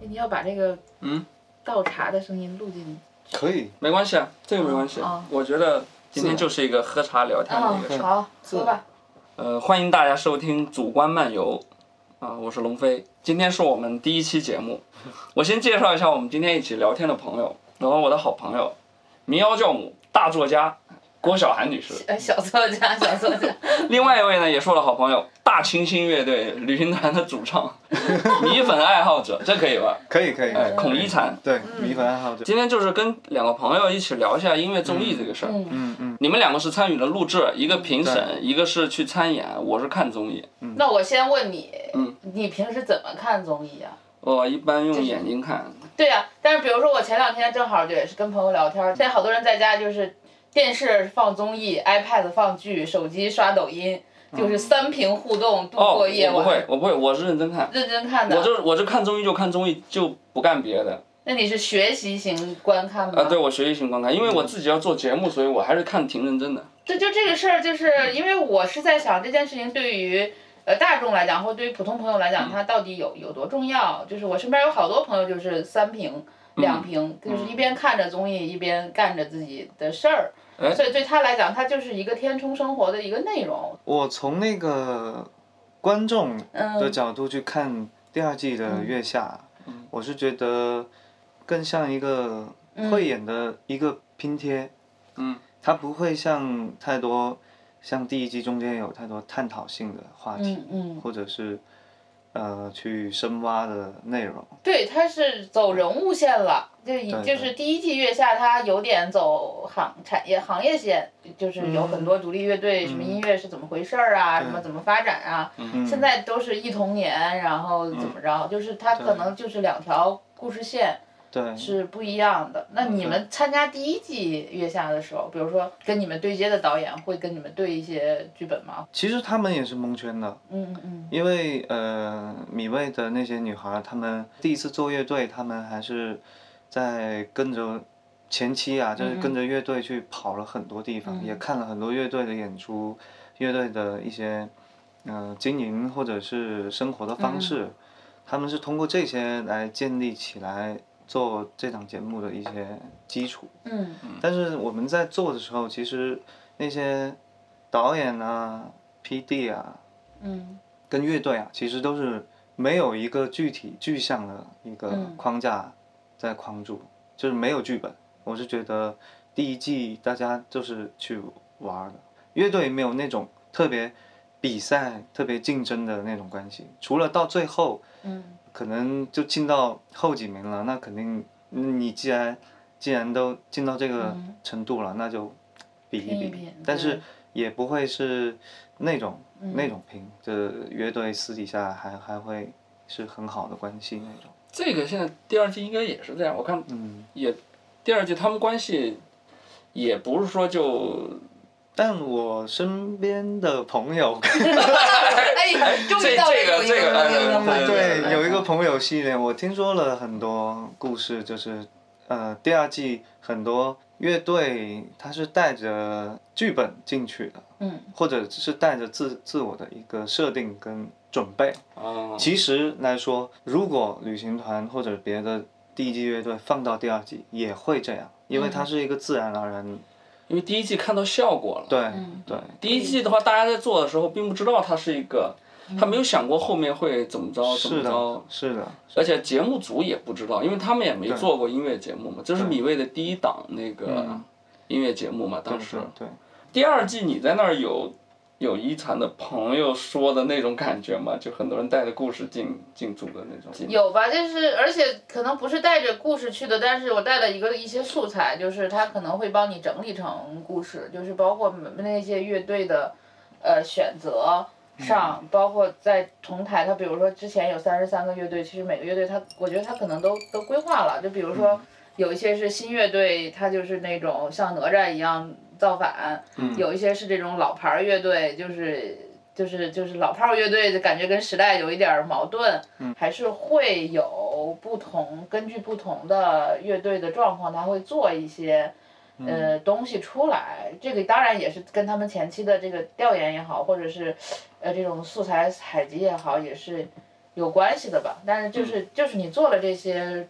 哎要把这个嗯倒茶的声音录进可以，没关系啊，这个没关系。哦我觉得今天就是一个喝茶聊天的一个事儿。好，喝吧。呃，欢迎大家收听《主观漫游》，啊、我是龙飞，今天是我们第一期节目。我先介绍一下我们今天一起聊天的朋友，然后我的好朋友，民谣教母、大作家郭晓涵女士。呃，小作家，小作 家，另外一位呢，也是我的好朋友，大清新乐队旅行团的主唱，米粉爱好者，这可以吧？可以可以。哎，孔一禅。对，米粉爱好者。今天就是跟两个朋友一起聊一下音乐综艺这个事儿。嗯嗯，你们两个是参与了录制，一个评审，一个是去参演，我是看综艺。那我先问你嗯，你平时怎么看综艺啊？我一般用眼睛看，对呀、但是比如说我前两天正好就也是跟朋友聊天儿，现在好多人在家就是电视放综艺，iPad 放剧，手机刷抖音，就是三屏互动度嗯哦，过夜我晚。不会，我不会，我是认真看。认真看我的，就我就看综艺就看综艺，就不干别的。那你是学习型观看吗？啊，对我学习型观看，因为我自己要做节目，所以我还是看挺认真的。这就这个事儿，就是因为我是在想这件事情对于呃大众来讲，或对于普通朋友来讲，它到底有有多重要？就是我身边有好多朋友就是三屏、两屏，就是一边看着综艺一边干着自己的事儿，所以对他来讲，它就是一个填充生活的一个内容。我从那个观众的嗯角度去看第二季的月下，嗯我是觉得更像一个慧眼的一个拼贴，嗯，它不会像太多像第一季中间有太多探讨性的话题，嗯嗯，或者是呃去深挖的内容，对，他是走人物线了，就以就是第一季月下，他有点走行产业行业线，就是有很嗯多独立乐队，什么音乐是怎么回事儿啊，什么怎么发展啊，嗯现在都是一童年，然后怎么着，就是他可能就是两条故事线对，是不一样的。那你们参加第一季月下的时候，比如说跟你们对接的导演会跟你们对一些剧本吗？其实他们也是蒙圈的，嗯嗯因为呃，米未的那些女孩儿，她们第一次做乐队，她们还是在跟着前期啊，就是跟着乐队去跑了很多地方，也看了很多乐队的演出，乐队的一些嗯、呃经营或者是生活的方式，他们是通过这些来建立起来做这档节目的一些基础。嗯但是我们在做的时候，其实那些导演啊、P.D. 啊。嗯跟乐队啊，其实都是没有一个具体具象的一个嗯框架在框住，就是没有剧本。我是觉得第一季大家就是去玩儿的，乐队没有那种特别比赛、特别竞争的那种关系。除了到最后嗯可能就进到后几名了，那肯定嗯你既然既然都进到这个嗯程度了，那就比拼一比。拼但是对也不会是那种、嗯那种拼，这乐队私底下还还会是很好的关系那种。这个现在第二季应该也是这样，我看嗯，第二季他们关系也不是说就但我身边的朋友，哎呀，终于到这有一这个个有一个哎环节 对了 对，有一个朋友系列，我听说了很多故事，就是呃第二季很多乐队他是带着剧本进去的，嗯，或者是带着自自我的一个设定跟准备。啊，其实来说，如果旅行团或者别的第一季乐队放到第二季，也会这样，因为它嗯是一个自然而然。因为第一季看到效果了。对、嗯对，第一季的话，大家在做的时候并不知道它是一个，他没有想过后面会怎么着怎是么着的，，是的，而且节目组也不知道，因为他们也没做过音乐节目嘛。这是米未的第一档那个音乐节目嘛，当时对。对。第二季你在那儿有有一禅的朋友说的那种感觉嘛，就很多人带着故事进进组的那种。有吧，就是而且可能不是带着故事去的，但是我带了一个一些素材，就是他可能会帮你整理成故事，就是包括那些乐队的，呃选择上，包括在同台，他比如说之前有三十三个乐队，其实每个乐队他，我觉得他可能都都规划了，就比如说有一些是新乐队，他就是那种像哪吒一样造反，有一些是这种老牌儿乐队，就是就是就是老炮儿乐队，就感觉跟时代有一点儿矛盾，还是会有不同，根据不同的乐队的状况，他会做一些。呃，东西出来，这个当然也是跟他们前期的这个调研也好，或者是，呃，这种素材采集也好，也是有关系的吧。但是就是、就是你做了这些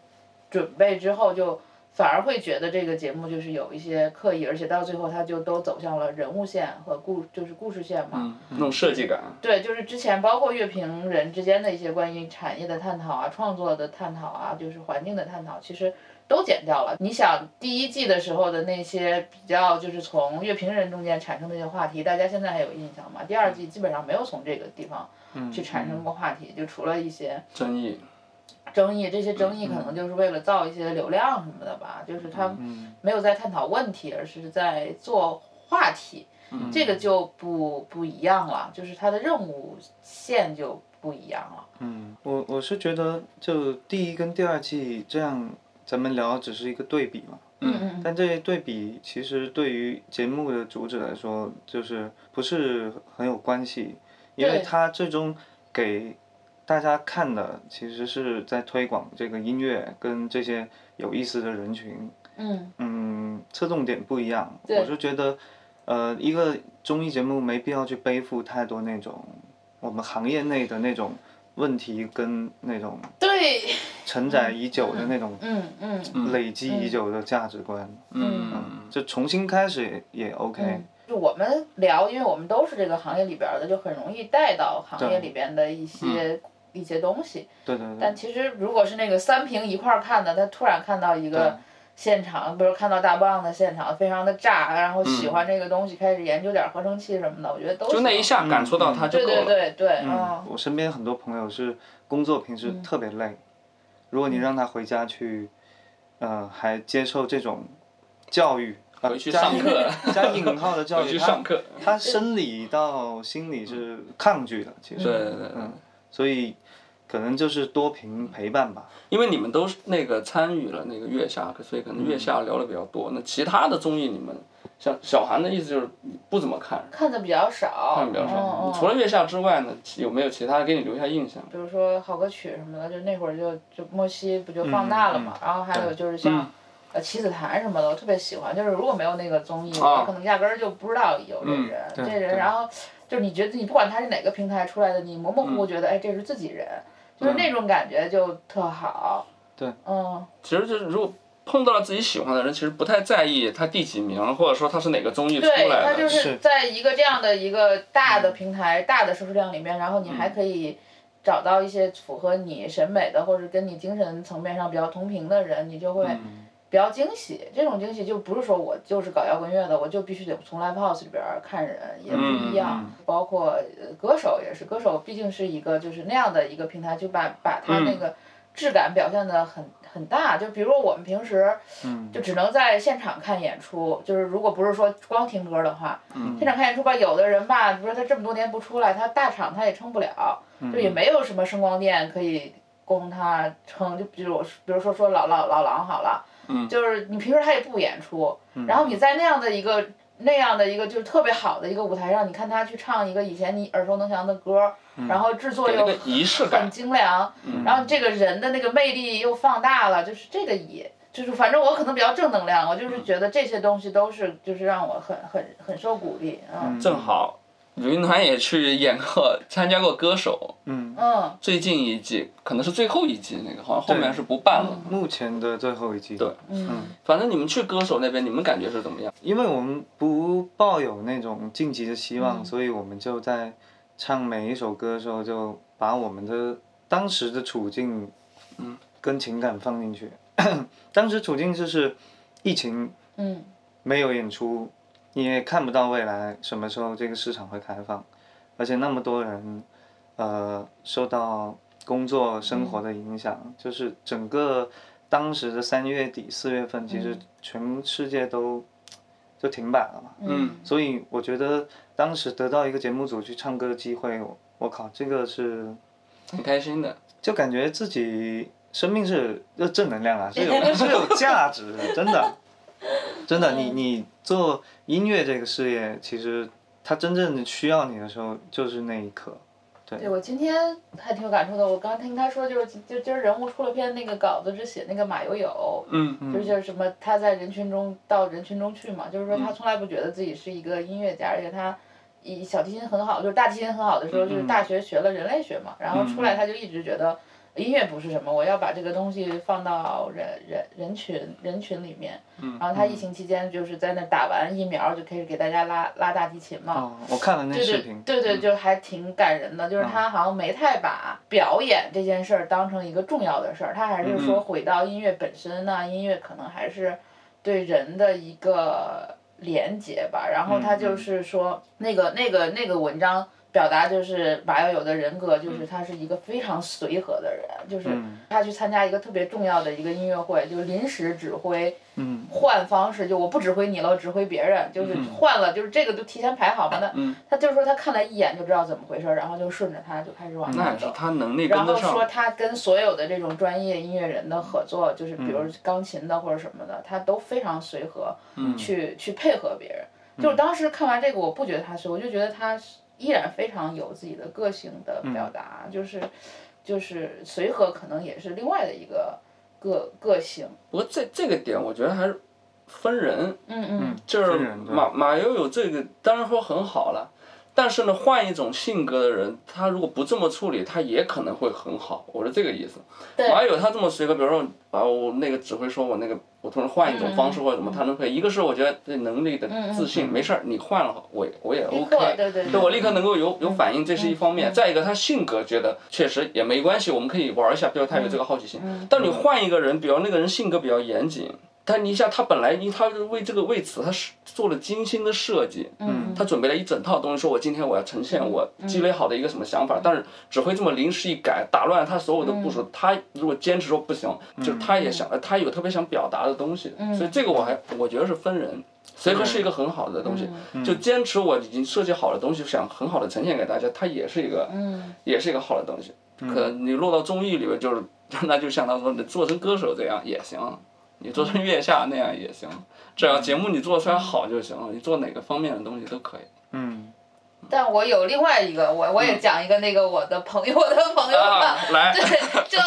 准备之后，就反而会觉得这个节目就是有一些刻意，而且到最后它就都走向了人物线和故就是故事线嘛。嗯，那种设计感，对，就是之前包括乐评人之间的一些关于产业的探讨啊、创作的探讨啊、就是环境的探讨，其实都剪掉了。你想第一季的时候的那些比较，就是从乐评人中间产生的那些话题，大家现在还有印象吗？第二季基本上没有从这个地方去产生过话题，就除了一些争议，争议，这些争议可能就是为了造一些流量什么的吧，就是他没有在探讨问题，而是在做话题，这个就不不一样了，就是他的任务线就不一样了。嗯，我我是觉得就第一跟第二季这样，咱们聊只是一个对比嘛。嗯嗯但这些对比其实对于节目的主旨来说，就是不是很有关系，因为对它最终给大家看的其实是在推广这个音乐跟这些有意思的人群，嗯嗯，侧重点不一样。对我是觉得，呃，一个综艺节目没必要去背负太多那种我们行业内的那种问题跟那种对，承载已久的那种嗯嗯累积已久的价值观。嗯，就重新开始也也 OK，、嗯，就我们聊，因为我们都是这个行业里边儿的，就很容易带到行业里边的一些。一些东西，对对对但，其实如果是那个三屏一块儿看的，他突然看到一个对现场，比如看到大棒的现场，非常的炸，然后喜欢这个东西，开始研究点合成器什么的，我觉得都嗯就那行一下感触到它就对对够了，对对，嗯嗯，我身边很多朋友是工作平时特别累，如果你让他回家去，呃，还接受这种教育，呃、回去加上引课， 加引号的教回育，去他上课，嗯他生理到心理是抗拒的，其对实，对对，对所以可能就是多屏陪伴吧。因为你们都是那个参与了那个月下，所以可嗯能月下聊的比较多。那其他的综艺你们，像小韩的意思就是不怎么看，看的比较少，看的比较少。嗯除嗯了月下之外呢，有没有其他给你留下印象？比如说好歌曲什么的，就那会儿就就莫西不就放大了嘛，然后还有就是像、呃七子坛什么的，我特别喜欢。就是如果没有那个综艺，啊我可能压根儿就不知道有这嗯人，对这人，对然后就是你觉得你不管他是哪个平台出来的，你模模糊糊觉得、哎这是自己人，就是那种感觉就特好。对，嗯，其实就是如果碰到了自己喜欢的人，其实不太在意他第几名，或者说他是哪个综艺出对，来他就的。是是在一个这样的一个大的平台、大的收视量里面，然后你还可以找到一些符合你审美的，或者跟你精神层面上比较同频的人，你就会比较惊喜。这种惊喜就不是说我就是搞摇滚乐的，我就必须得从 live house 里边儿看人，也不一样。包括呃歌手也是，歌手毕竟是一个就是那样的一个平台，就把把他那个质感表现的很很大。就比如我们平时。就只能在现场看演出，就是如果不是说光听歌的话，现场看演出吧，有的人吧，比如说他这么多年不出来，他大场他也撑不了，就也没有什么声光电可以供他撑，就比如我比如说说老老老狼好了，嗯就是你平时他也不演出，然后你在那样的一个那样的一个就是特别好的一个舞台上，你看他去唱一个以前你耳熟能详的歌，然后制作有嗯那又个仪式很感，嗯精良，然后这个人的那个魅力又放大了，就是这个也。就是反正我可能比较正能量，嗯我就是觉得这些东西都是就是让我很很很受鼓励，嗯正好云南也去演过，参加过歌手，嗯，嗯，最近一季可能是最后一季那个，好像后面是不办了。目前的最后一季，对嗯反正你们去歌手那边，你们感觉是怎么样？因为我们不抱有那种晋级的希望，所以我们就在唱每一首歌的时候，就把我们的当时的处境，跟情感放进去。 当时处境就是疫情嗯没有演出，你也看不到未来什么时候这个市场会开放，而且那么多人，呃，受到工作生活的影响，就是整个当时的三月底四月份，其实全世界都就停摆了嘛。嗯所以我觉得当时得到一个节目组去唱歌的机会，我我靠，这个是很开心的。就感觉自己生命是就正能量啊，是有是有价值的，真的，真的，你你做音乐这个事业，其实它真正需要你的时候，就是那一刻。对我今天还挺有感触的，我刚听他说就是就今儿人物出了篇那个稿子，就写那个马友友，嗯就是就是什么他在人群中到人群中去嘛，就是说他从来不觉得自己是一个音乐家，而且他以小提琴很好，就是大提琴很好的时候，嗯就是大学学了人类学嘛，然后出来他就一直觉得音乐不是什么，我要把这个东西放到人人人群人群里面。然后他疫情期间就是在那打完疫苗就开始给大家拉拉大提琴嘛。哦，我看了那对视对频，嗯对对，就还挺感人的，就是他好像没太把表演这件事儿当成一个重要的事儿，他还是嗯说回到音乐本身呢，音乐可能还是对人的一个连接吧。然嗯后他就是说那个那个那个文章表达就是马友友的人格，嗯就是他是一个非常随和的人，就是他去参加一个特别重要的一个音乐会，就临时指挥。嗯换方式，就我不指挥你了，我指挥别人，就是嗯换了，就是这个就提前排好嘛。那、他就是说他看了一眼就知道怎么回事儿，然后就顺着他就开始往那前也是走。他能力然跟后得上说。他跟所有的这种专业音乐人的合作，就是比嗯如钢琴的或者什么的，他都非常随和，嗯去去配合别人。就是当时看完这个，我不觉得他随和，我就觉得他依然非常有自己的个性的嗯表达，就是就是随和可能也是另外的一个个个性。不过这这个点，我觉得还是分人，嗯嗯。就是分人对马马友友这个当然说很好了，但是呢，换一种性格的人，他如果不这么处理，他也可能会很好。我是这个意思。马友友他这么随和，比如说把我那个指挥说我那个，我突然换一种方式或者怎么，他能可以。一个是我觉得对能力的自信，没事儿，你换了我也我也立刻 OK，对对对嗯对我立刻能够有有反应，这是一方面。再一个，他性格觉得确实也没关系，我们可以玩一下，比如他有这个好奇心。嗯但你换一个人，比如那个人性格比较严谨，但你一下他本来因为他是为这个为此他是做了精心的设计，嗯他准备了一整套东西，说我今天我要呈现我积累好的一个什么想法，但是只会这么临时一改，打乱了他所有的部署。他如果坚持说不行，就是他也想，呃他有特别想表达的东西，所以这个我还我觉得是分人。随和是一个很好的东西，就坚持我已经设计好的东西，想很好的呈现给大家，它也是一嗯个，也是一个好的东西。可能你落到综艺里边，就是 那就像他说，你做成歌手这样也行，你做成月下那样也行，只要节目你做出来好就行了，你做哪个方面的东西都可以。嗯，但我有另外一个，我我也讲一个那个我的朋哎友，我的朋友吧，嗯啊 来对，就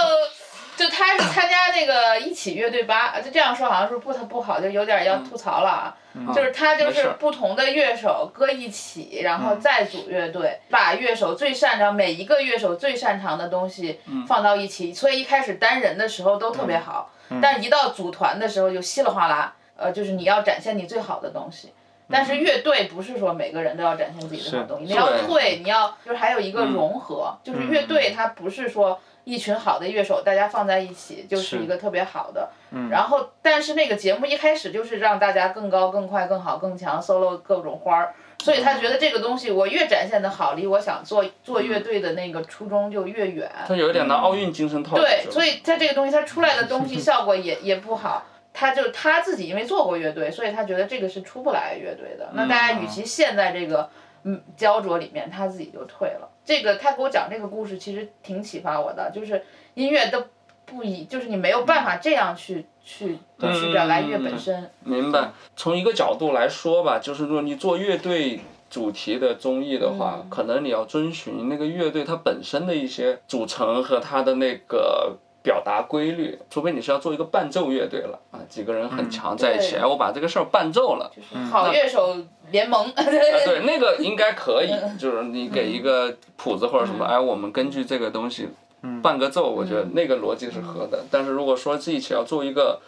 就他是参加那个一起乐队吧，就这样说好像是不他不好，就有点要吐槽了啊。就是他就嗯没事是儿不同的乐手搁一起，然后再组乐嗯队，把乐手最擅长每一个乐手最擅长的东西嗯放到一起，所以一开始单人的时候都特别好，嗯但一到组团的时候就稀里哗啦，呃，就是你要展现你最好的东西。但嗯是乐队不是说每个人都要展现自己的好东西，你要对退，你要嗯就是还有一个融合，就是乐队它不是说一群好的乐手大家放在一起就是是一个特别好的，然后但是那个节目一开始就是让大家更高、更快、更好、更强，solo 各种花儿，所以他觉得这个东西我越展现的好，离我想做做乐队的那个初衷就越远。他有一点拿奥运精神套路。对，是吧哎所以他这个东西，他出来的东 西效果也也不好。他就他自己因为做过乐队，所以他觉得这个是出不来乐队的。那大嗯家与其陷在这个嗯焦灼里面，他自己就退了。这个他给我讲这个故事，其实挺启发我的，就是音乐都不以，就是你没有办法这样去去嗯去表达音乐本身。明白。从一个角度来说吧，就是说你做乐队主题的综艺的话，嗯可能你要遵循那个乐队它本身的一些组成和它的那个。表达规律，除非你是要做一个伴奏乐队了啊，几个人很强在一嗯起，对哎，我把这个事儿伴奏了，好乐手联盟， 啊，对，那个应该可以，就是你给一个谱子或者什么，哎，我们根据这个东西嗯伴个奏，我觉得那个逻辑是合的。但是如果说自己想要做一个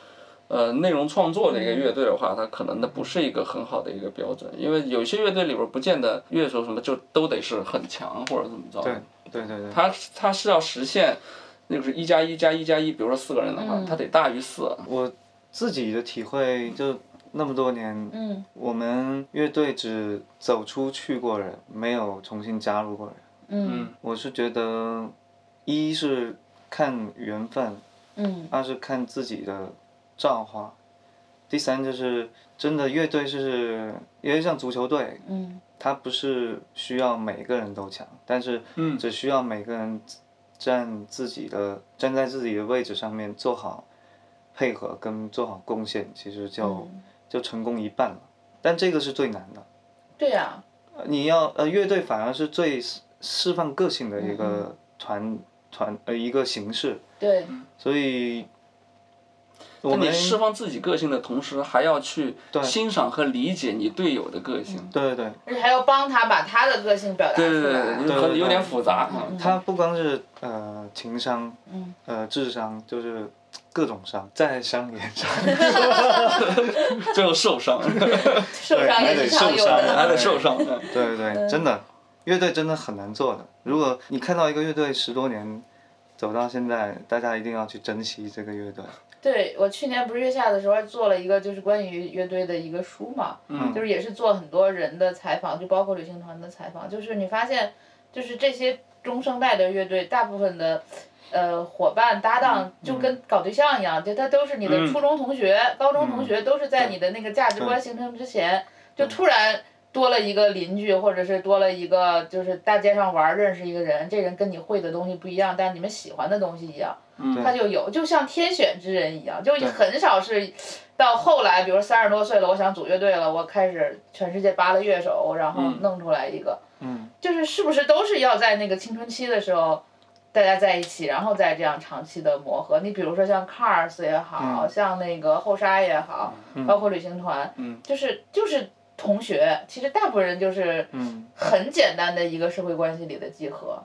呃内容创作的一个乐队的话，它可能那不是一个很好的一个标准，因为有些乐队里边不见得乐手什么就都得是很强或者怎么着，对对对对，它它是要实现。那个是一加一加一加一，比如说四个人的话，它得大于四。我自己的体会就那么多年，嗯我们乐队只走出去过人，没有重新加入过人。嗯我是觉得，一是看缘分，嗯二是看自己的造化，第三就是真的乐队是有点像足球队，嗯它不是需要每个人都强，但是只需要每个人站自己的站在自己的位置上面做好配合跟做好贡献，其实就、嗯就成功一半了。但这个是最难的，对啊呀、呃你要呃乐队反而是最释释放个性的一嗯个团团呃一个形式，对，所以我你们释放自己个性的同时，还要去欣赏和理解你队友的个性。对对对，而且还要帮他把他的个性表达出对对来。对，对有可能有点对复杂。嗯他不光是呃情商，嗯呃智商，就是各种伤，在商言 上，嗯最后受 伤，受伤也是常有还得受的。还得受伤。伤啊对对对，嗯真的，乐队真的很难做的。如果你看到一个乐队十多年走到现在，大家一定要去珍惜这个乐队。对我去年不是月下的时候还做了一个就是关于乐队的一个书嘛，就是也是做很多人的采访，就包括旅行团的采访，就是你发现就是这些中生代的乐队，大部分的。呃，伙伴搭档就跟搞对象一样，就他都是你的初中同学、高中同学，都是在你的那个价值观形成之前，就突然多了一个邻居，或者是多了一个就是大街上玩儿认识一个人，这人跟你会的东西不一样，但你们喜欢的东西一样，他就有，就像天选之人一样，就很少是到后来，比如三十多岁了，我想组乐队了，我开始全世界扒拉乐手，然后弄出来一个，嗯，就是是不是都是要在那个青春期的时候，大家在一起，然后再这样长期的磨合。你比如说像 Cars 也好，像那个后沙也好，包括旅行团，就是就是同学，其实大部分人就是嗯很简单的一个社会关系里的集合。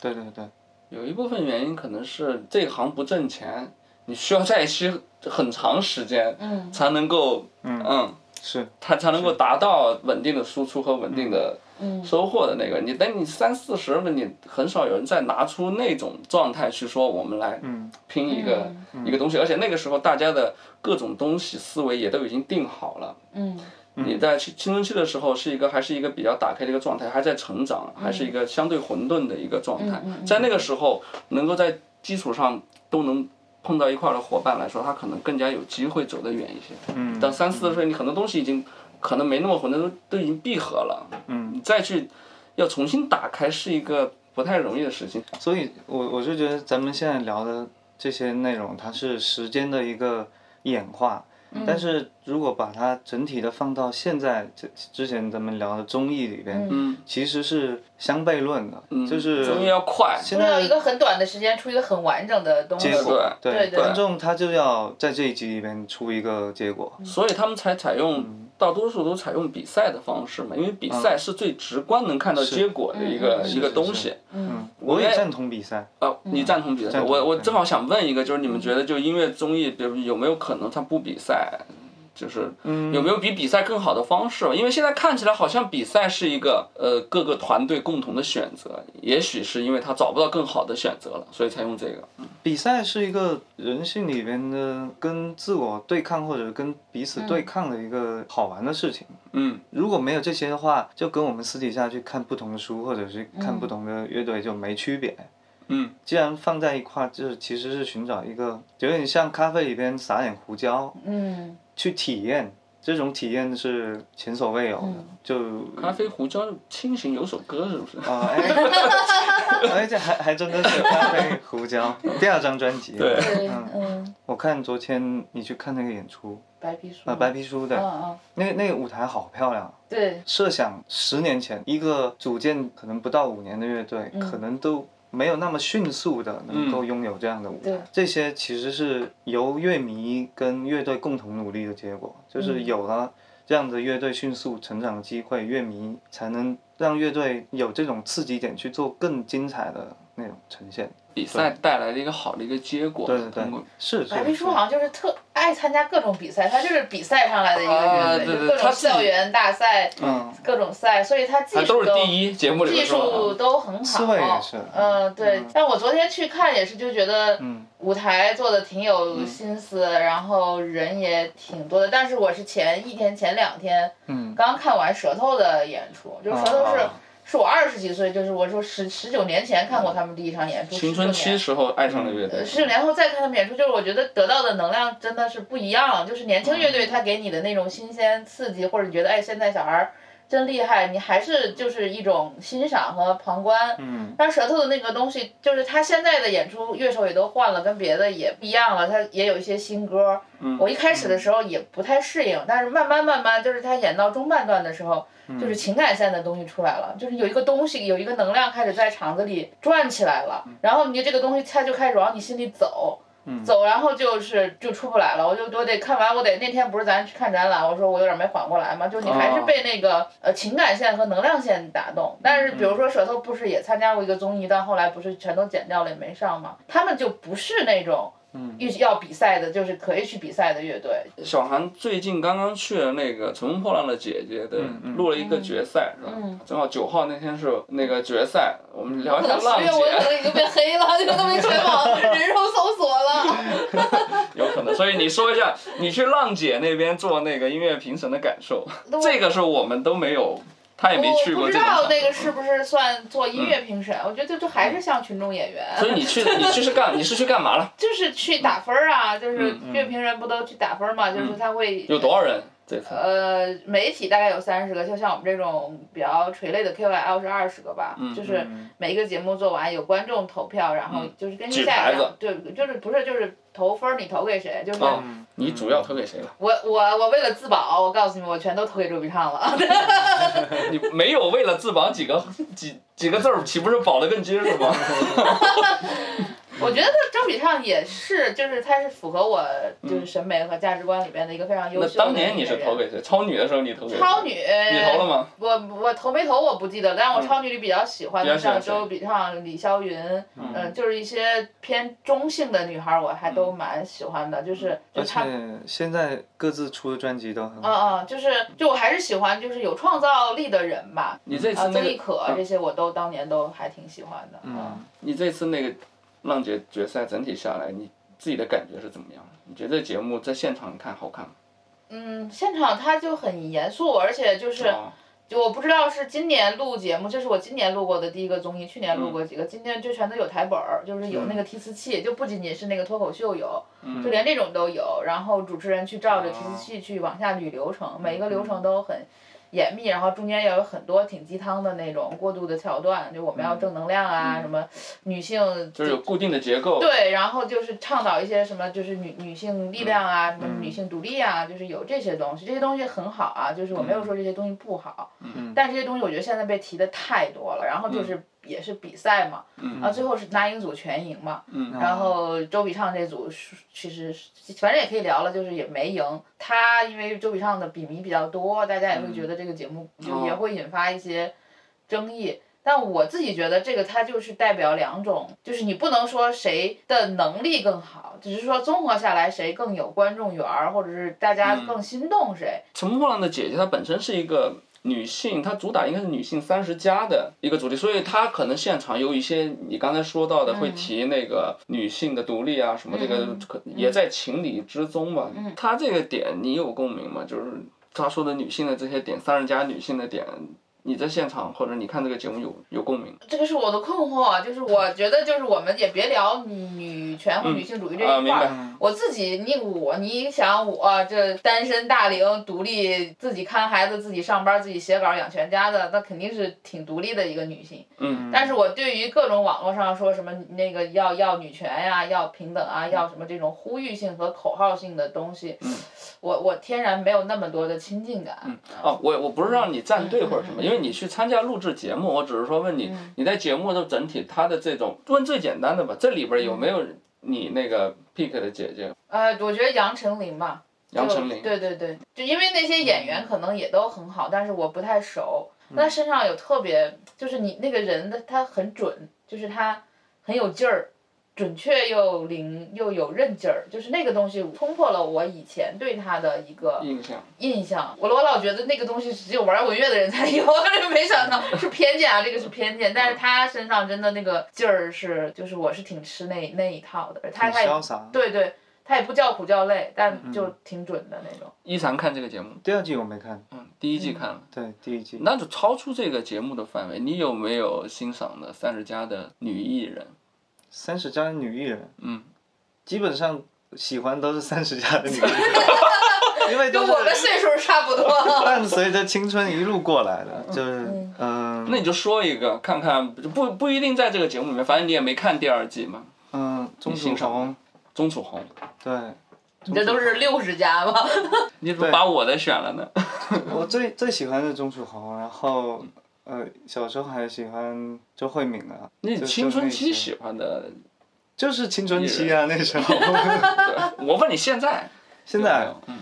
对对对，有一部分原因可能是这行不挣钱，你需要在一起很长时间，嗯才能够，嗯是他才能够达到稳定的输出和稳定的嗯收获的那个。你等你三四十了，你很少有人再拿出那种状态去说我们来嗯拼一个、一个东西，而且那个时候大家的各种东西思维也都已经定好了。嗯你在青青春期的时候是一个还是一个比较打开的一个状态，还在成长，还是一个相对混沌的一个状态。嗯嗯嗯在那个时候，能够在基础上都能碰到一块儿的伙伴来说，他可能更加有机会走得远一些。嗯到三四十岁，你很多东西已经可能没那么混沌，都都已经闭合了。嗯你再去要重新打开，是一个不太容易的事嗯情。所以我，我是觉得咱们现在聊的这些内容，它是时间的一个演化。嗯但是如果把它整体的放到现在这之前咱们聊的综艺里边，嗯，其实是相悖论的，嗯就是终于要快，现都要在一个很短的时间出一个很完整的东西。结果对对对观众他就要在这一集里边出一个结果，所以他们才采用，嗯大多数都采用比赛的方式嘛，因为比赛是最直观能看到结果的一个嗯一个东西。嗯我也赞同比赛，啊，你赞同比赛？赞同我我对正好想问一个，就是你嗯们觉得就音乐综艺，比如有没有可能它不比赛？就是嗯有没有比比赛更好的方式？因为现在看起来好像比赛是一个呃各个团队共同的选择，也许是因为他找不到更好的选择了，所以才用这个。比赛是一个人性里边的跟自我对抗或者跟彼此对抗的一个好玩的事情。嗯，如果没有这些的话，就跟我们私底下去看不同的书或者是看不同的乐队就没区别。嗯，既然放在一块儿，就是其实是寻找一个有点像咖啡里边撒点胡椒嗯去体验，这种体验是前所未有的。就咖啡胡椒清醒有首歌是不是？啊，哎， 哎，这还还真的是咖啡胡椒第二张专辑。对对，嗯，我看昨天你去看那个演出，白皮书。啊呃，白皮书的、嗯嗯，那那个舞台好漂亮。啊对，设想十年前，一个组建可能不到五年的乐队，嗯可能都没有那么迅速的能够拥有这样的舞台。对这些其实是由乐迷跟乐队共同努力的结果，嗯就是有了这样的乐队迅速成长的机会，乐迷才能让乐队有这种刺激点去做更精彩的那种呈现。比赛带来了一个好的一个结果。对对对通过，是是白皮是书好像就是特爱参加各种比赛，他就是比赛上来的一个啊乐队，对就对各他种自己校园大赛，嗯，各种赛，所以他技他术都是第一，节目里技面术说。啊都很好。刺猬也是嗯，对。但我昨天去看也是，就觉得舞台做的挺有嗯心思，然后人也挺多的。但是我是前一天、前两天，嗯，刚看完舌头的演出，就是舌头是。啊是我二十几岁，就是我说十十九年前看过他们第一场演出，青春19年期时候爱上的乐队。嗯是，然后再看他们演出，就是我觉得得到的能量真的是不一样。就是年轻乐队他给你的那种新鲜刺激，或者你觉得哎，现在小孩儿真厉害，你还是就是一种欣赏和旁观。嗯。但舌头的那个东西，就是他现在的演出乐手也都换了，跟别的也不一样了，他也有一些新歌。嗯。我一开始的时候也不太适应，但是慢慢慢慢，就是他演到中半段的时候。就是情感线的东西出来了，就是有一个东西，有一个能量开始在肠子里转起来了，然后你这个东西它就开始往你心里走，走，然后就是就出不来了，我就我得看完，我得那天不是咱去看展览，我说我有点没缓过来嘛，就你还是被那个、呃情感线和能量线打动。但是比如说舌头不是也参加过一个综艺，但后来不是全都剪掉了也没上嘛，他们就不是那种。预要比赛的，就是可以去比赛的乐队，小韩最近刚刚去了那个《乘风破浪的姐姐》的，嗯录了一个决赛，是吧？嗯正好九号那天是那个决赛，我们聊一可下能浪十月我可姐，能已经被黑了，这个都被全网人肉搜索了。 有可能。所以你说一下，你去浪姐那边做那个音乐评审的感受，这个是我们都没有，他也没去我不过知这种场道合嗯那个是不是算做音乐评审，我觉得就还是像群众演员。所以你去，你去是干，你是去干嘛了？就是去打分儿啊，就是乐评人不都去打分儿嘛，就是他会嗯有多少人？这次呃媒体大概有三十个，就像我们这种比较垂类的 KOL 是二十个吧，嗯就是每一个节目做完有观众投票，然后就是根据嗯举下牌一子场，对，就是不是就是投分儿你投给谁，就是。哦你主要投给谁了？我我我为了自保，我告诉你们，我全都投给周笔畅了。你没有为了自保几个几几个字儿，岂不是保得更结实 吗？我觉得周笔畅也是，就是她是符合我就是审美和价值观里边的一个非常优嗯那秀的当年你是投给谁？超女的时候你投给谁超女，你投了吗？我我投没投我不记得了，但我超女里比较喜欢比较的喜欢像谁周笔畅、李霄云，嗯、就是一些偏中性的女孩儿，我还嗯都蛮喜欢的，就是就而她。且现在各自出的专辑都很哦好。嗯嗯，就是就我还是喜欢就是有创造力的人吧，你嗯这啊，次那曾轶个，可嗯这些我都当年都还挺喜欢的，嗯，你这次那个浪姐决赛整体下来，你自己的感觉是怎么样？你觉得这节目在现场看好看吗？嗯，现场他就很严肃，而且就是啊就我不知道是今年录节目，这是我今年录过的第一个综艺，去年嗯录过几个，今年就全都有台本儿，就是有那个提词器，就不仅仅是那个脱口秀有，嗯就连这种都有。然后主持人去照着提哦词器去往下捋流程，每一个流嗯程都很严密，然后中间也有很多挺鸡汤的那种过渡的桥段，就我们要正能量啊，什么女性嗯就是有固定的结构，对，然后就是倡导一些什么，就是女女性力量啊，什么女性独立啊，就是有这些东西，这些东西很好啊，就是我没有说这些东西不好，但这些东西我觉得现在被提的太多了，然后就是也是比赛嘛，然后最后是那英组全赢嘛，然后周笔畅这组是其实是反正也可以聊了，就是也没赢，他因为周笔畅的笔迷比较多，大家也会觉得这个节目就也会引发一些争议。但我自己觉得这个它就是代表两种，就是你不能说谁的能力更好，只是说综合下来谁更有观众缘儿，或者是大家嗯更心动谁。 《乘风破浪的姐姐》它本身是一个女性，它主打应该是女性三十加的一个主题，所以它可能现场有一些你刚才说到的嗯会提那个女性的独立啊什么，这个可也在情理之中吧。嗯它这个点你有共鸣吗？就是他说的女性的这些点，三十加女性的点。你在现场或者你看这个节目有有共鸣这个是我的困惑，就是我觉得就是我们也别聊女权或女性主义这啊？一明块儿。白，我自己，你我，你想我这单身大龄独立，自己看孩子，自己上班，自己写稿养全家的，那肯定是挺独立的一个女性。嗯。但是我对于各种网络上说什么那个要要女权呀、要平等啊、要什么这种呼吁性和口号性的东西，我我天然没有那么多的亲近感。哦，我我不是让你站队或者什么，因为你去参加录制节目，我只是说问你，你在节目的整体它的这种，问最简单的吧，这里边有没有你那个 pick 的姐姐呃，我觉得杨丞琳吧，杨丞就琳？嗯对对对，就因为那些演员可能也都很好，但是我不太熟。那他身上有特别，就是你那个人的他很准，就是他很有劲儿，准确又灵又有韧劲儿，就是那个东西冲破了我以前对他的一个印象，印象。我我老觉得那个东西只有玩文乐的人才有， 没想到是偏见啊，这个是偏见。但是他身上真的那个劲儿是，就是我是挺吃那那一套的，他很他也潇洒。对对，他也不叫苦叫累，但就挺准的那种。一常看这个节目，第二季我没看，嗯，第一季看了，对第一季。那就超出这个节目的范围，你有没有欣赏的三十加的女艺人？三十加的女艺人，嗯，基本上喜欢都是三十加的女 艺人，因为跟都我们是岁数差不 多。伴随着青春一路过来的，就是嗯那你就说一个看看，不不一定在这个节目里面，反正你也没看第二季嘛。嗯，钟欣楚赏红，钟楚红，对你这都是六十加吧？你怎么对把我的选了呢？我最 最喜欢的是钟楚红，然后呃小时候还喜欢周慧敏啊，你就青春期就喜欢的就是青春期啊，那时候 对我问你现在，现有没在有嗯，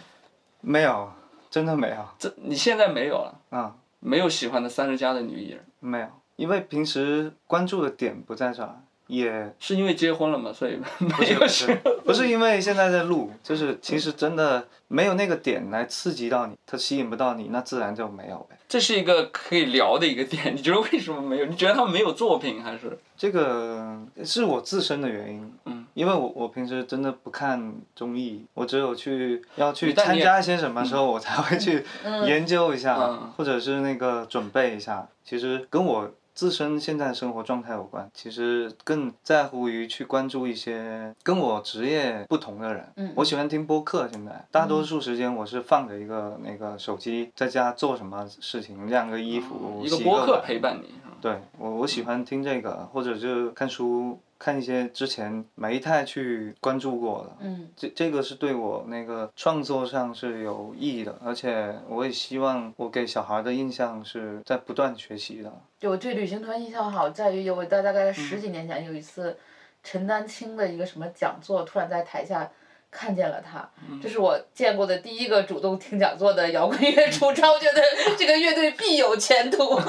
没有，真的没有啊、这你现在没有了，嗯没有喜欢的三十加的女艺人，没有，因为平时关注的点不在这儿，也是因为结婚了吗？所以 不没是有不喜欢是不是因为现在在录，就是其实真的没有那个点来刺激到你，它吸引不到你，那自然就没有呗。这是一个可以聊的一个点，你觉得为什么没有？你 觉得他们没有作品还是？这个是我自身的原因，嗯，因为我我平时真的不看综艺，我只有去要去但你参也加一些什么时候，我才会去研究一下，嗯或者是那个准备一下。其实跟我自身现在生活状态有关，其实更在乎于去关注一些跟我职业不同的人。嗯我喜欢听播客，现在大多数时间我是放着一个那个手机，在家做什么事情，晾个衣服，嗯哦嗯一个洗播客碗陪伴你，嗯是吗对我，我喜欢听这个，或者是看书，看一些之前没太去关注过的。嗯这这个是对我那个创作上是有意义的，而且我也希望我给小孩的印象是在不断学习的。 对我对旅行团印象好在于有我在大概十几年前有一次，陈丹青的一个什么讲座，突然在台下看见了他，这是我见过的第一个主动听讲座的摇滚乐出招，我觉得这个乐队必有前途。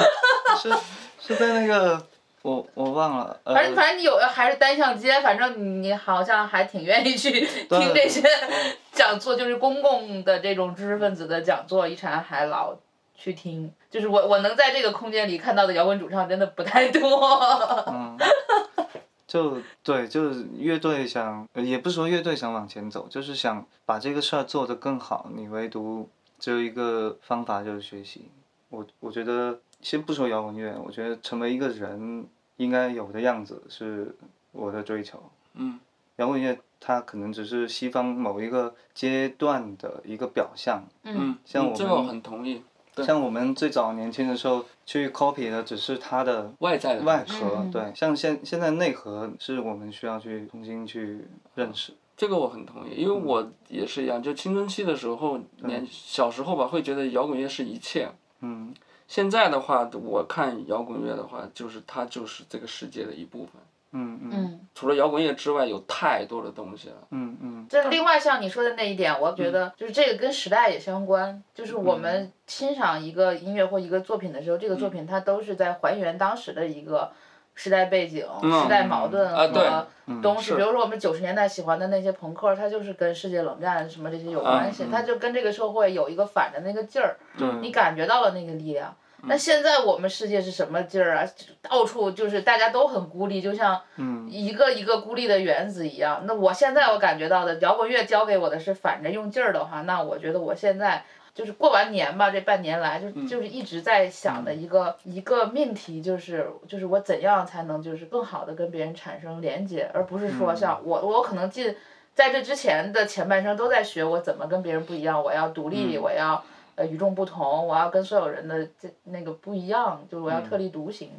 是是在那个我我忘了，呃反，正反正你有还是单向街，反正你好像还挺愿意去听这些讲座，就是公共的这种知识分子的讲座，一禅还老去听。就是我我能在这个空间里看到的摇滚主唱真的不太多。 嗯， 就对，就是乐队想，呃也不是说乐队想往前走，就是想把这个事儿做得更好。你唯独只有一个方法，就是学习。我我觉得，先不说摇滚乐，我觉得成为一个人应该有的样子是我的追求。嗯，摇滚乐它可能只是西方某一个阶段的一个表象，嗯，像嗯我这个们我很同意，对像我们最早年轻的时候去 copy 的只是它的外在的外东西核，嗯对，像现现在内核是我们需要去重新去认识，这个我很同意，因为我也是一样，就青春期的时候，年小时候吧，会觉得摇滚乐是一切。嗯，现在的话，我看摇滚乐的话，就是它就是这个世界的一部分。嗯嗯嗯。除了摇滚乐之外，有太多的东西了。嗯嗯，就是另外像你说的那一点，我嗯觉得就是这个跟时代也相关。就是我们欣赏一个音乐或一个作品的时候，这个嗯作品它都是在还原当时的一个时代背景、嗯时代矛盾啊对和东西。是比如说我们九十年代喜欢的那些朋克，它就是跟世界冷战什么这些有啊关系，嗯嗯它就跟这个社会有一个反的那个劲儿，你对，感觉到了那个力量。那现在我们世界是什么劲儿啊？到处就是大家都很孤立，就像嗯一个一个孤立的原子一样。那我现在我感觉到的摇滚乐教给我的是反着用劲儿的话，那我觉得我现在就是过完年吧，这半年来就就是一直在想的一个、一个命题，就是就是我怎样才能就是更好的跟别人产生连接，而不是说像我我可能进在这之前的前半生都在学我怎么跟别人不一样，我要独嗯立，我要。呃，与众不同，我要跟所有人的这那个不一样，就是我要嗯特立独行。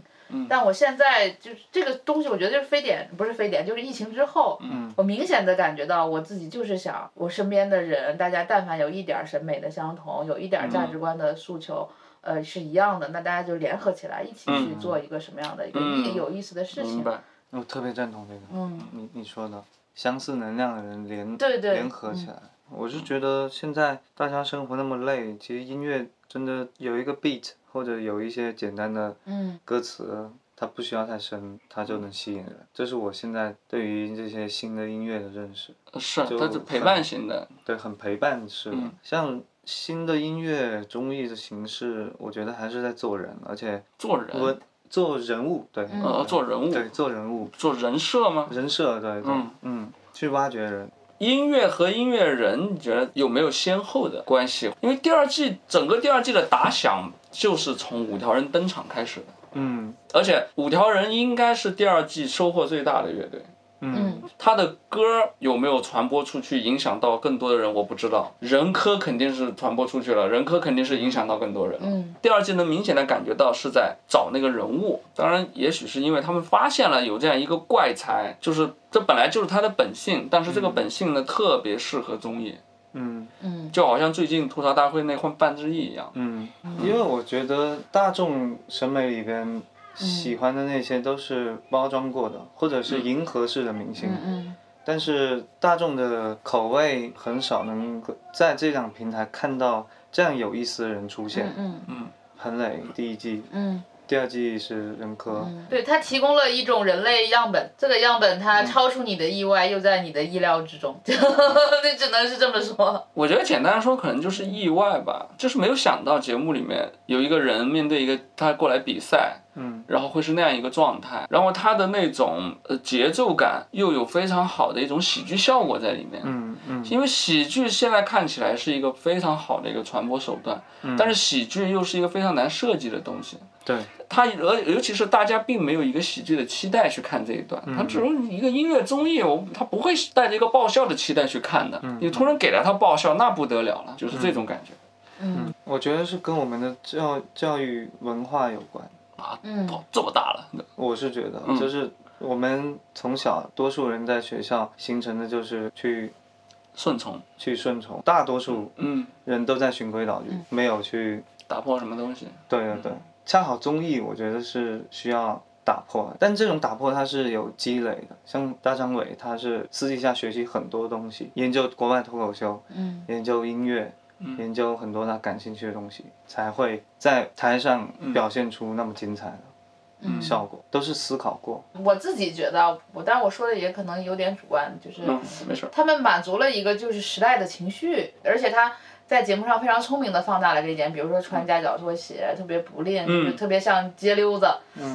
但我现在就是这个东西，我觉得就是非典，不是非典，就是疫情之后，嗯我明显的感觉到我自己就是想，我身边的人，大家但凡有一点儿审美的相同，有一点儿价嗯值观的诉求，呃，是一样的，那大家就联合起来一起去做一个什么样的一个意嗯有意思的事明情。白。我特别赞同这个，嗯，你你说的，相似能量的人联对嗯对联合起来，我是觉得现在大家生活那么累，其实音乐真的有一个 beat 或者有一些简单的嗯歌词，它不需要太深，它就能吸引人，这是我现在对于这些新的音乐的认识。是，就它是陪伴型的。对，很陪伴式的。嗯像新的音乐综艺的形式，我觉得还是在做人，而且做人，我做人物，对，呃，做人物，对，做人物做人设吗？人设，对对，嗯嗯去挖掘人，音乐和音乐人，你觉得有没有先后的关系？因为第二季整个第二季的打响就是从五条人登场开始的，嗯而且五条人应该是第二季收获最大的乐队。嗯嗯他的歌有没有传播出去，影响到更多的人，我不知道。人科肯定是传播出去了，人科肯定是影响到更多人了。嗯第二季能明显的感觉到是在找那个人物，当然也许是因为他们发现了有这样一个怪才，就是这本来就是他的本性，但是这个本性呢、特别适合综艺，嗯嗯就好像最近吐槽大会那换半之一一样。嗯，因为我觉得大众审美里边。喜欢的那些都是包装过的，或者嗯是迎合式的明星。嗯但是大众的口味很少能够在这档平台看到这样有意思的人出现。嗯嗯韩磊第一季，嗯，第二季是任科，对，它提供了一种人类样本，这个样本它超出你的意外，又在你的意料之中， 那只能是这么说。我觉得简单来说，可能就是意外吧，就是没有想到节目里面有一个人面对一个他过来比赛，嗯，然后会是那样一个状态，然后他的那种呃节奏感又有非常好的一种喜剧效果在里面，嗯嗯因为喜剧现在看起来是一个非常好的一个传播手段，但是喜剧又是一个非常难设计的东西。对，它而尤其是大家并没有一个喜剧的期待去看这一段，它只有一个音乐综艺，我他不会带着一个爆笑的期待去看的。你突然给了他爆笑，那不得了了，就是这种感觉。嗯我觉得是跟我们的教教育文化有关。嗯哦，这么大了，我是觉得，嗯就是我们从小多数人在学校形成的就是去顺从，去顺从，大多数嗯，人都在循规蹈矩，没有去打破什么东西？对对对，恰好综艺我觉得是需要打破的，但这种打破它是有积累的。像大张伟，他是私底下学习很多东西，研究国外脱口秀，嗯研究音乐，嗯研究很多他感兴趣的东西，才会在台上嗯表现出那么精彩的嗯效果，都是思考过。我自己觉得，我但我说的也可能有点主观，就是嗯，没事儿。他们满足了一个就是时代的情绪，而且他在节目上非常聪明的放大了这一点，比如说穿夹脚拖鞋，特别不吝，嗯就是特别像街溜子，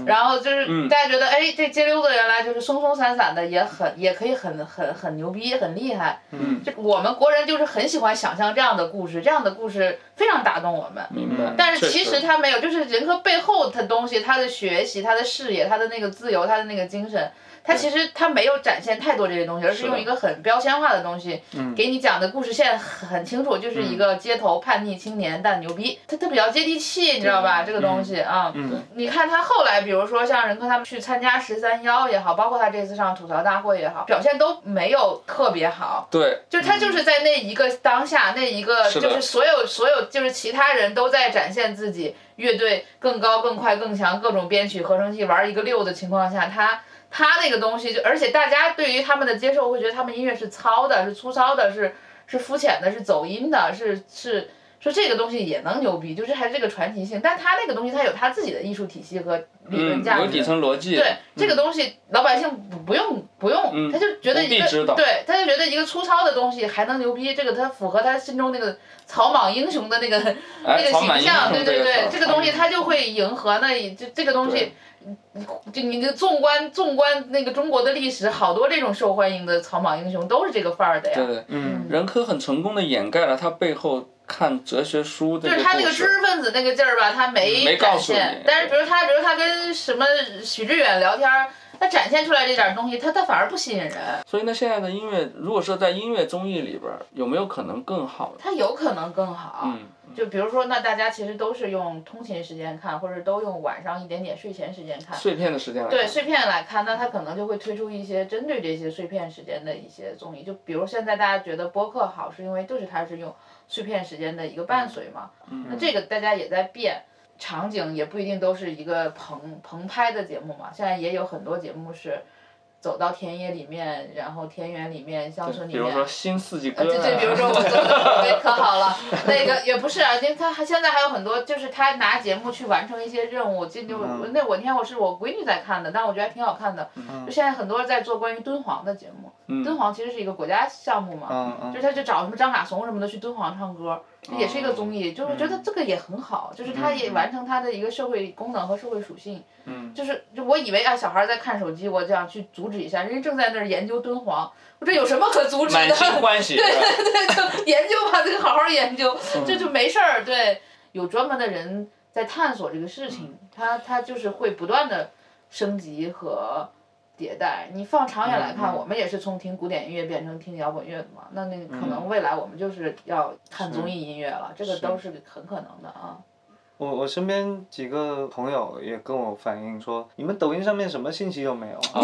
然后就是大家觉得，哎，这街溜子原来就是松松散散的，也很也可以很很很牛逼，很厉害。嗯，这我们国人就是很喜欢想象这样的故事，这样的故事非常打动我们。明白嗯。但是确其实实他没有，就是人科背后的东西，他的学习、他的视野、他的那个自由、他的那个精神，他其实他没有展现太多这些东西，而是的嗯用一个很标签化的东西，给你讲的故事线很很清楚，就是一个街头叛逆青年，但牛逼，他他比较接地气，你知道吧？这个嗯东西啊，你看他后来，比如说像任科他们去参加十三幺也好，包括他这次上吐槽大会也好，表现都没有特别好，对，就是他就是在那一个当下，那一个嗯是就的是所有所有就是其他人都在展现自己乐队更高更快更强各种编曲合成器玩一个六的情况下，他他那个东西就而且大家对于他们的接受会觉得他们音乐是糙的，是粗糙的，是是肤浅的，是走音的，是是说这个东西也能牛逼，就是还是这个传奇性，但他那个东西他有他自己的艺术体系和理论嗯，价值，有底层逻辑。对，这个东西，老百姓不不用不用，他就觉得不必一个嗯知道对，他就觉得一个粗糙的东西还能牛逼，这个他符合他心中那个草莽英雄的那个 那哎，个草形满英雄象，对这对个对词，儿嗯这个东西他就会迎合那一，就这个东西。就你这纵观纵观那个中国的历史，好多这种受欢迎的草莽英雄都是这个范儿的呀。对对，嗯人科很成功的掩盖了他背后看哲学书的就是他那个故知事识分子那个劲儿吧，他没嗯没告展诉现你。但是比如他，比如他跟什么许志远聊天儿，他展现出来这点儿东西，他他反而不吸引人。所以呢，现在的音乐，如果说在音乐综艺里边儿，有没有可能更好 的？它有可能更好。嗯就比如说，那大家其实都是用通勤时间看，或者都用晚上一点点睡前时间看。碎片的时间来对看，碎片来看，那它可能就会推出一些针对这些碎片时间的一些综艺，就比如现在大家觉得播客好，是因为就是它是用碎片时间的一个伴随嘛。嗯那这个大家也在变，场景也不一定都是一个棚棚拍的节目嘛，现在也有很多节目是走到田野里面，然后田园里面、乡村里比面。如说新四季歌、啊，呃对对，比如说我做的对可好了，那个也不是啊，因为他还现在还有很多，就是他拿节目去完成一些任务，这就那我那天我是我闺女在看的，但我觉得还挺好看的。就现在很多在做关于敦煌的节目，敦煌其实是一个国家项目嘛，嗯嗯就是他就找什么张嘎怂什么的去敦煌唱歌，这也是一个综艺，就是我觉得这个也很好，就是他也完成他的一个社会功能和社会属性。就是就我以为啊，小孩在看手机，我这样去阻止一下，人家正在那儿研究敦煌，我这有什么可阻止的？满心 欢喜，啊对研究吧，这个好好研究，嗯这就没事儿。对，有专门的人在探索这个事情，嗯他他就是会不断的升级和迭代。你放长远来嗯看，我们也是从听古典音乐变成听摇滚乐的嘛。那那嗯可能未来我们就是要看综艺音乐了，这个都是很可能的啊。我我身边几个朋友也跟我反映说，你们抖音上面什么信息都没有。啊，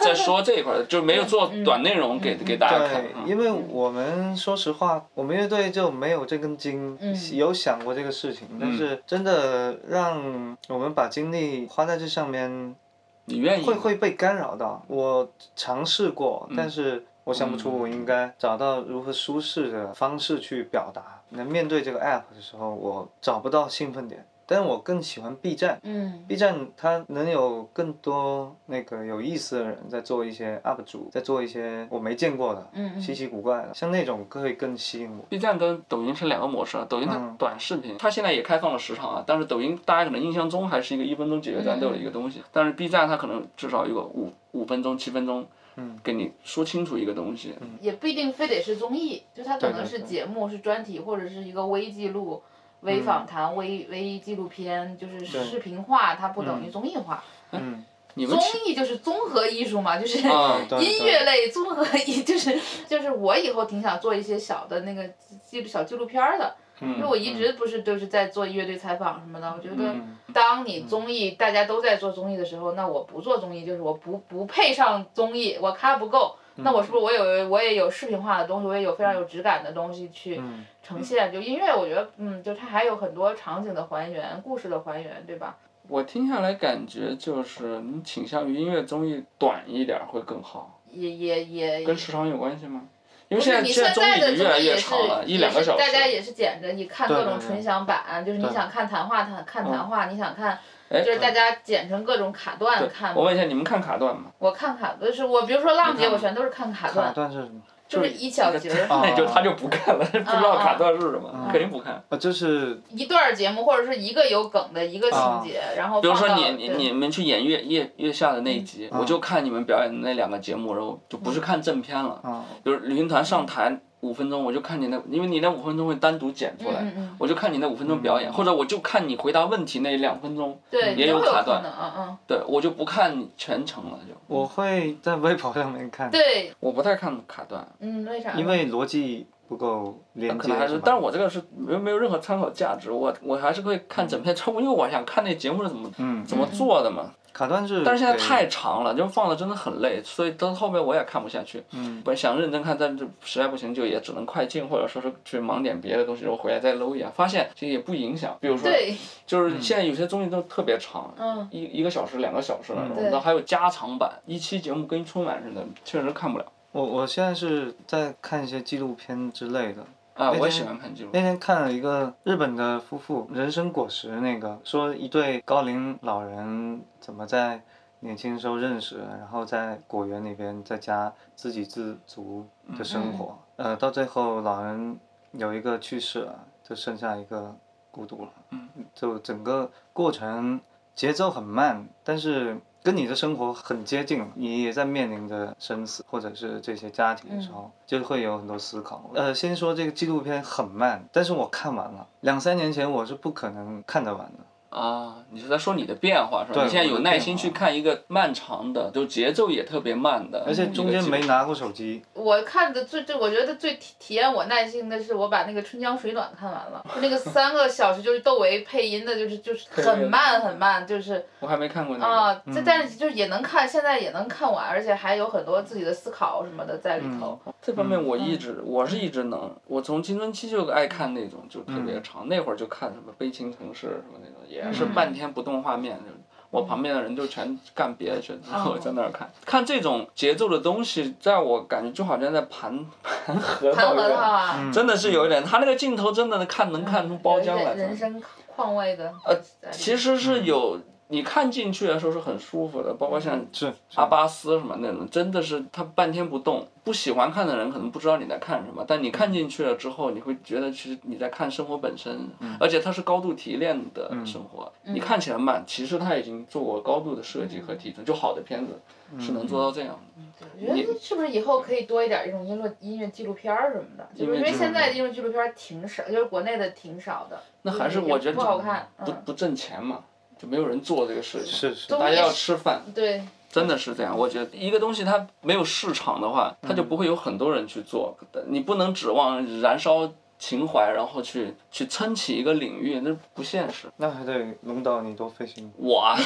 在说这一块儿，就没有做嗯短内容给、给大家看对，，嗯因为我们说实话，我们乐队就没有这根筋，有想过这个事情，嗯但是真的让我们把精力花在这上面，你愿意会会被干扰到。我尝试过，但是我想不出我应该找到如何舒适的方式去表达。那面对这个 app 的时候，我找不到兴奋点，但我更喜欢 B 站。嗯 B 站它能有更多那个有意思的人在做一些 UP 主，在做一些我没见过的，嗯嗯稀奇古怪的，像那种会更吸引我。 B 站跟抖音是两个模式啊，抖音它嗯短视频，它现在也开放了时长啊，但是抖音大家可能印象中还是一个一分钟解决战斗的一个嗯东西，但是 B 站它可能至少有个五五分钟、七分钟，嗯给你说清楚一个东西，也不一定非得是综艺，就它可对能对是对嗯节目、是专题，或者是一个微记录、微访谈、微微纪录片，就是视频化，它不等于综艺化。嗯，你们综其艺就是综合艺术嘛，就是 啊对音乐类综合艺， 就是就是我以后挺想做一些小的那个记录小纪录片儿的，嗯因为我一直不是就是在做乐队采访什么的，我觉得嗯当你综艺大家都在做综艺的时候，那我不做综艺就是我不不配上综艺，我咖不够。嗯那我是不是我有我也有视频化的东西，我也有非常有质感的东西去嗯呈现？就音乐，我觉得嗯，就它还有很多场景的还原、故事的还原，对吧？我听下来感觉就是你倾向于音乐综艺短一点儿会更好，也也也跟时长有关系吗？因不为是现在你现现在综艺在已的经越来综艺越也是长了，一也两个是小时。大家也是捡着，你看各对对种对纯享版，就是你想看谈话谈看谈话，你想看嗯哎就是大家剪成各种卡段看我。问一下，你们看卡段吗？我看卡就是我，比如说浪姐，我全都是看卡卡段，段是什么？就是一小节儿啊那 就他就不看了，不知道卡段是什么啊，肯定不看。啊，就是一段儿节目，或者是一个有梗的一个情节，然后啊比如放说到你你对嗯你们去演月月月下的那一集，我就看你们表演的那两个节目，然后就不是看正片了。啊，比如旅行团上台五分钟，我就看你那，因为你那五分钟会单独剪出来嗯嗯，我就看你那五分钟嗯表演，或者我就看你回答问题那两分钟，对也都有有卡可段能，嗯嗯，对我就不看全程了，就我会在微博上面看，对，我不太看卡段，嗯，为啥？因为逻辑不够连可接能还是，吧但是我这个是没有没有任何参考价值，我我还是会看整篇，因为我想看那节目是怎么嗯，怎么做的嘛。卡段是，但是现在太长了，就放的真的很累，所以到后面我也看不下去。嗯，本想认真看，但是实在不行就也只能快进，或者说是去忙点别的东西，然后回来再搂一眼，发现其实也不影响。比如说，对，嗯就是现在有些综艺都特别长，嗯一一个小时、两个小时那种，对然后还有加长版，一期节目跟春晚似的，确实看不了。我我现在是在看一些纪录片之类的，啊，我也天喜欢看纪录片。那天看了一个日本的夫妇《人参果实》，那个说一对高龄老人怎么在年轻时候认识，然后在果园里边在家自给自足的生活，嗯呃，到最后老人有一个去世了，就剩下一个孤独了。嗯，就整个过程节奏很慢，但是。跟你的生活很接近，你也在面临着生死或者是这些家庭的时候，就会有很多思考。呃，先说这个纪录片很慢，但是我看完了，两三年前我是不可能看得完的。啊，你是在说你的变化是吧？对你现在我有的耐变心化去看一个漫长的，就节奏也特别慢的，而且中间没。拿过手机，我看的最最，我觉得最体体验我耐心的是，我把那个《春江水暖》看完了，就那个三个小时，就是窦唯配音的，就是就是很慢很慢，就是我还没看过那个。啊，这但是就也能看，现在也能看完，而且还有很多自己的思考什么的在里嗯头。这方嗯面我一直、我是一直能，我从青春期就爱看那种就特别长，那会儿就看什么《悲情城市》什么那种，也嗯是半天不动画面。就我旁边的人就全干别的去，然哦后我在那儿看、看这种节奏的东西，在我感觉就好像在盘盘核韩桃一核桃样，啊，嗯真的是有一点，他那个镜头真的能看嗯能看出包有一浆来。点真的嗯人生况味的。呃，其实是有，你看进去的时候是很舒服的，包括像是阿巴斯什么那种，真的是他半天不动。不喜欢看的人可能不知道你在看什么，但你看进去了之后，你会觉得其实你在看生活本身，而且它是高度提炼的生活。嗯你看起来慢，其实它已经做过高度的设计和提升。就好的片子是能做到这样的。我觉得是不是以后可以多一点这种音乐音乐纪录片儿什么的？就是因为现在的音乐纪录片儿挺少，就是国内的挺少的。那还是我觉得不好看，不嗯，不挣钱嘛，就没有人做这个事情。是是都，大家要吃饭。嗯对，真的是这样，我觉得一个东西它嗯没有市场的话，它就不会有很多人去做。你不能指望燃烧情怀，然后去去撑起一个领域，那不现实。那还得轮到你多费心，我啊，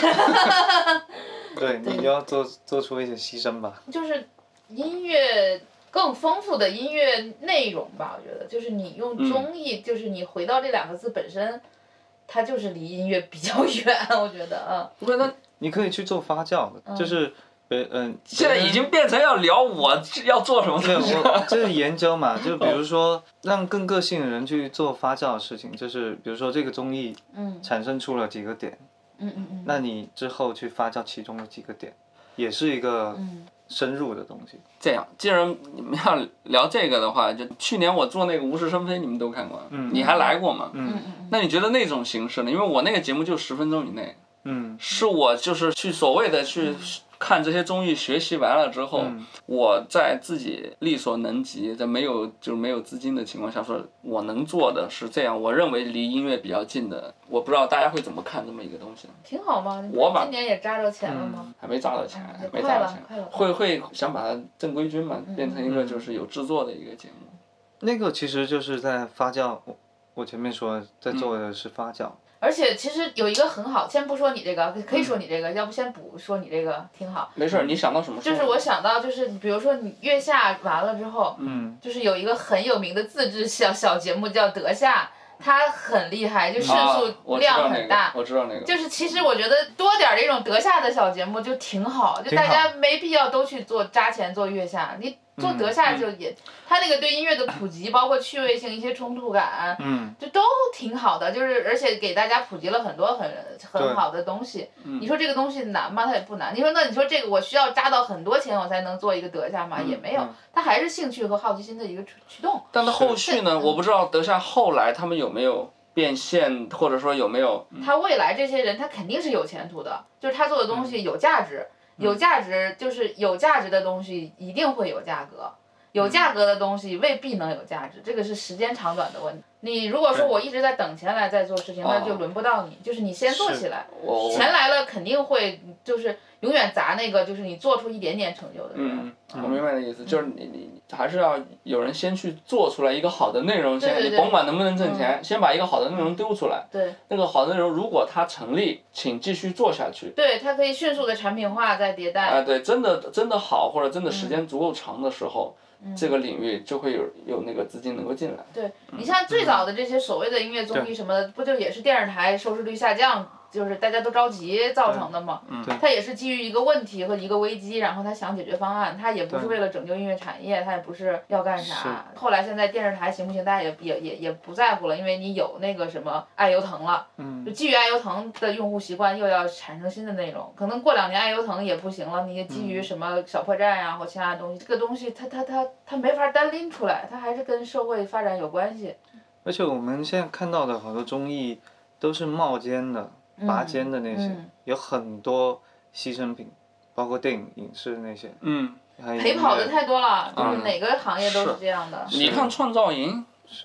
对，你要做做出一些牺牲吧。就是音乐更丰富的音乐内容吧，我觉得就是你用嗯综艺，就是你回到这两个字本身，它就是离音乐比较远， 我觉得啊， 不是那你可以去做发酵，就是呃嗯， 现在已经变成要聊我要做什么对，东西。我这是研究 嘛，哦就比如说让更个性的人去做发酵的事情，就是比如说这个综艺嗯产生出了几个点，嗯嗯嗯，那你之后去发酵其中的几个点，也是一个嗯深入的东西。这样，既然你们要聊这个的话，就去年我做那个无事生非，你们都看过，啊嗯你还来过吗？嗯嗯嗯那你觉得那种形式呢？因为我那个节目就十分钟以内，嗯是我就是去所谓的去看这些综艺学习完了之后，嗯我在自己力所能及，在没有就是没有资金的情况下，说我能做的是这样，我认为离音乐比较近的，我不知道大家会怎么看这么一个东西，嗯，挺好嘛，你不我是把今年也扎着钱了吗？还没砸到钱嗯，没快砸到了钱快了，会会想把它正规军嘛，变成一个嗯就是有制作的一个节嗯目。那个其实就是在发酵，我我前面说在做的是发酵，而且其实有一个很好，先不说你这个，可以嗯说你这个，要不先不说你这个，挺好。没事儿，你想到什么说就是我想到，就是比如说你月下完了之后，嗯，就是有一个很有名的自制小小节目叫德夏，他很厉害，就胜啊数我知道量那很个大。我知道那个。就是其实我觉得多点儿这种德夏的小节目就挺好，就挺好大家没必要都去做扎钱做月下，你做嗯德夏就也，他那个对音乐的普及，包括趣味性、一些冲突感，嗯，就都挺好的，就是而且给大家普及了很多很很好的东西。嗯你说这个东西难吗？它也不难。你说那你说这个我需要扎到很多钱我才能做一个德夏吗？也没有嗯，它还是兴趣和好奇心的一个驱驱动。但他后续呢？我不知道德夏后来他们有没有变现，或者说有没有他未来这些人，他肯定是有前途的，就是他做的嗯东西有价值，有价值就是有价值的东西一定会有价格，嗯有价格的东西未必能有价值，这个是时间长短的问题。你如果说我一直在等钱来再做事情，那就轮不到你，就是你先做哦是起来，我钱来了肯定会就是永远砸那个就是你做出一点点成就的人。嗯，我明白你的意思，就是你你你还是要有人先去做出来一个好的内容，先对对嗯你甭管能不能挣钱，先把一个好的内容丢出来。对，那个好的内容如果它成立，请继续做下去。对，它可以迅速的产品化再迭代。啊，对，真的真的好，或者真的时间足够长的时候，嗯这个领域就会有有那个资金能够进来。对你像嗯最早的这些所谓的音乐综艺什么的，不就也是电视台收视率下降，就是大家都着急造成的嘛？嗯对它也是基于一个问题和一个危机，然后他想解决方案，他也不是为了拯救音乐产业，他也不是要干啥。后来现在电视台行不行，大家也也也也不在乎了，因为你有那个什么爱优腾了，嗯就基于爱优腾的用户习惯，又要产生新的内容。可能过两年爱优腾也不行了，你也基于嗯什么小破站呀、或其他东西，这个东西它它它它没法单拎出来，它还是跟社会发展有关系。而且我们现在看到的好多综艺都是冒尖的、拔尖的那些，嗯有很多牺牲品，包括电影、影视那些，嗯，还有陪跑的音乐太多了，就是嗯哪个行业都是是这样的。你看创造营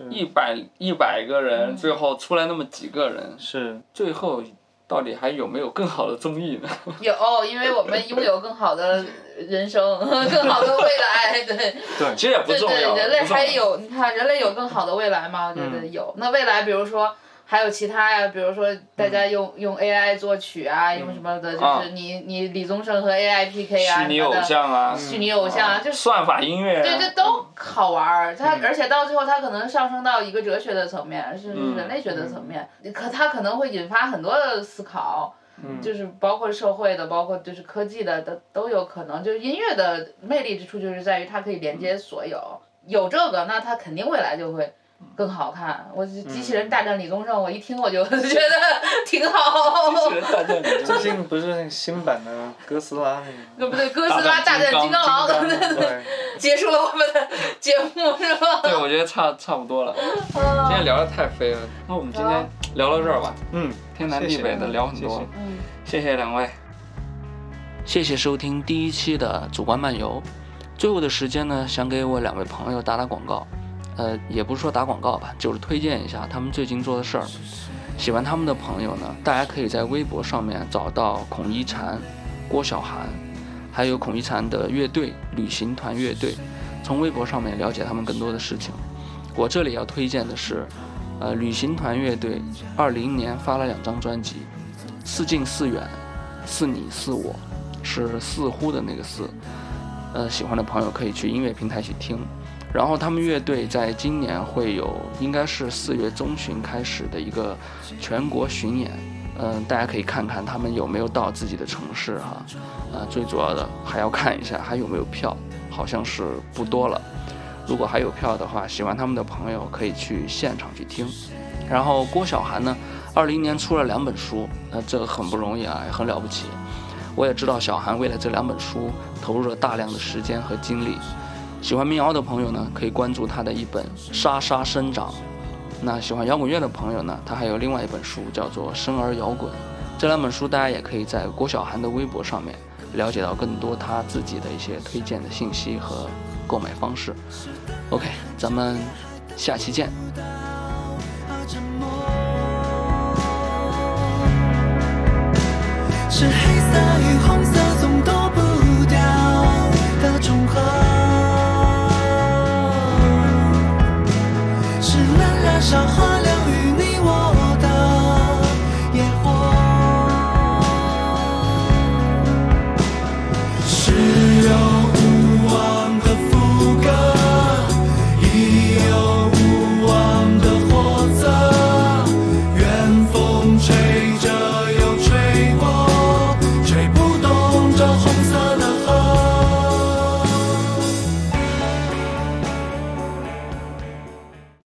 一是百一百个嗯人，最后出来那么几个人，是最后到底还有没有更好的综艺呢？有，因为我们拥有更好的人生， 更好的未来，对。其实也不对重要，对，人类不重还要嗯有，你看人类有更好的未来吗？我觉得有。那未来，比如说还有其他呀，比如说大家用、用 AI 作曲啊，用什么的，就嗯啊是你你李宗盛和 AI PK 啊虚拟偶什么像啊，的，虚拟偶像啊，就是。算法音乐、啊，对，这都好玩儿。它嗯而且到最后，它可能上升到一个哲学的层面，甚嗯至是人类学的层面。可它可能会引发很多的思考，嗯就是包括社会的，包括就是科技的，都都有可能。就是音乐的魅力之处，就是在于它可以连嗯接所有。有这个，那它肯定未来就会。嗯更好看，我机器人大战李宗盛，我一听我就 觉得挺好。最近不是那个新版的哥斯拉那不对，哥斯拉大大战战金金刚狼，刚个，对，结束了我们的节目是吧？ 对，我觉得差差不多了。今天聊的太飞了，那我们今啊天聊到这儿吧，嗯，天南地北的聊很多谢谢谢谢嗯。谢谢两位，谢谢收听第一期的主观漫游。最后的时间呢，想给我两位朋友打打广告，呃，也不是说打广告吧，就是推荐一下他们最近做的事儿。喜欢他们的朋友呢，大家可以在微博上面找到孔一禅、郭晓涵，还有孔一禅的乐队旅行团乐队，从微博上面了解他们更多的事情。我这里要推荐的是，呃，旅行团乐队二零年发了两张专辑，《似近似远》，《似你似我》，是似乎的那个似。呃，喜欢的朋友可以去音乐平台去听。然后他们乐队在今年会有，应该是四月中旬开始的一个全国巡演，嗯、大家可以看看他们有没有到自己的城市哈、呃，最主要的还要看一下还有没有票，好像是不多了。如果还有票的话，喜欢他们的朋友可以去现场去听。然后郭晓涵呢，二零年出了两本书，那这个很不容易啊，也很了不起。我也知道小韩为了这两本书投入了大量的时间和精力。喜欢民谣的朋友呢，可以关注他的一本《沙沙生长》。那喜欢摇滚乐的朋友呢，他还有另外一本书叫做《生而摇滚》。这两本书大家也可以在郭晓涵的微博上面了解到更多他自己的一些推荐的信息和购买方式。OK，咱们下期见。是黑色与红色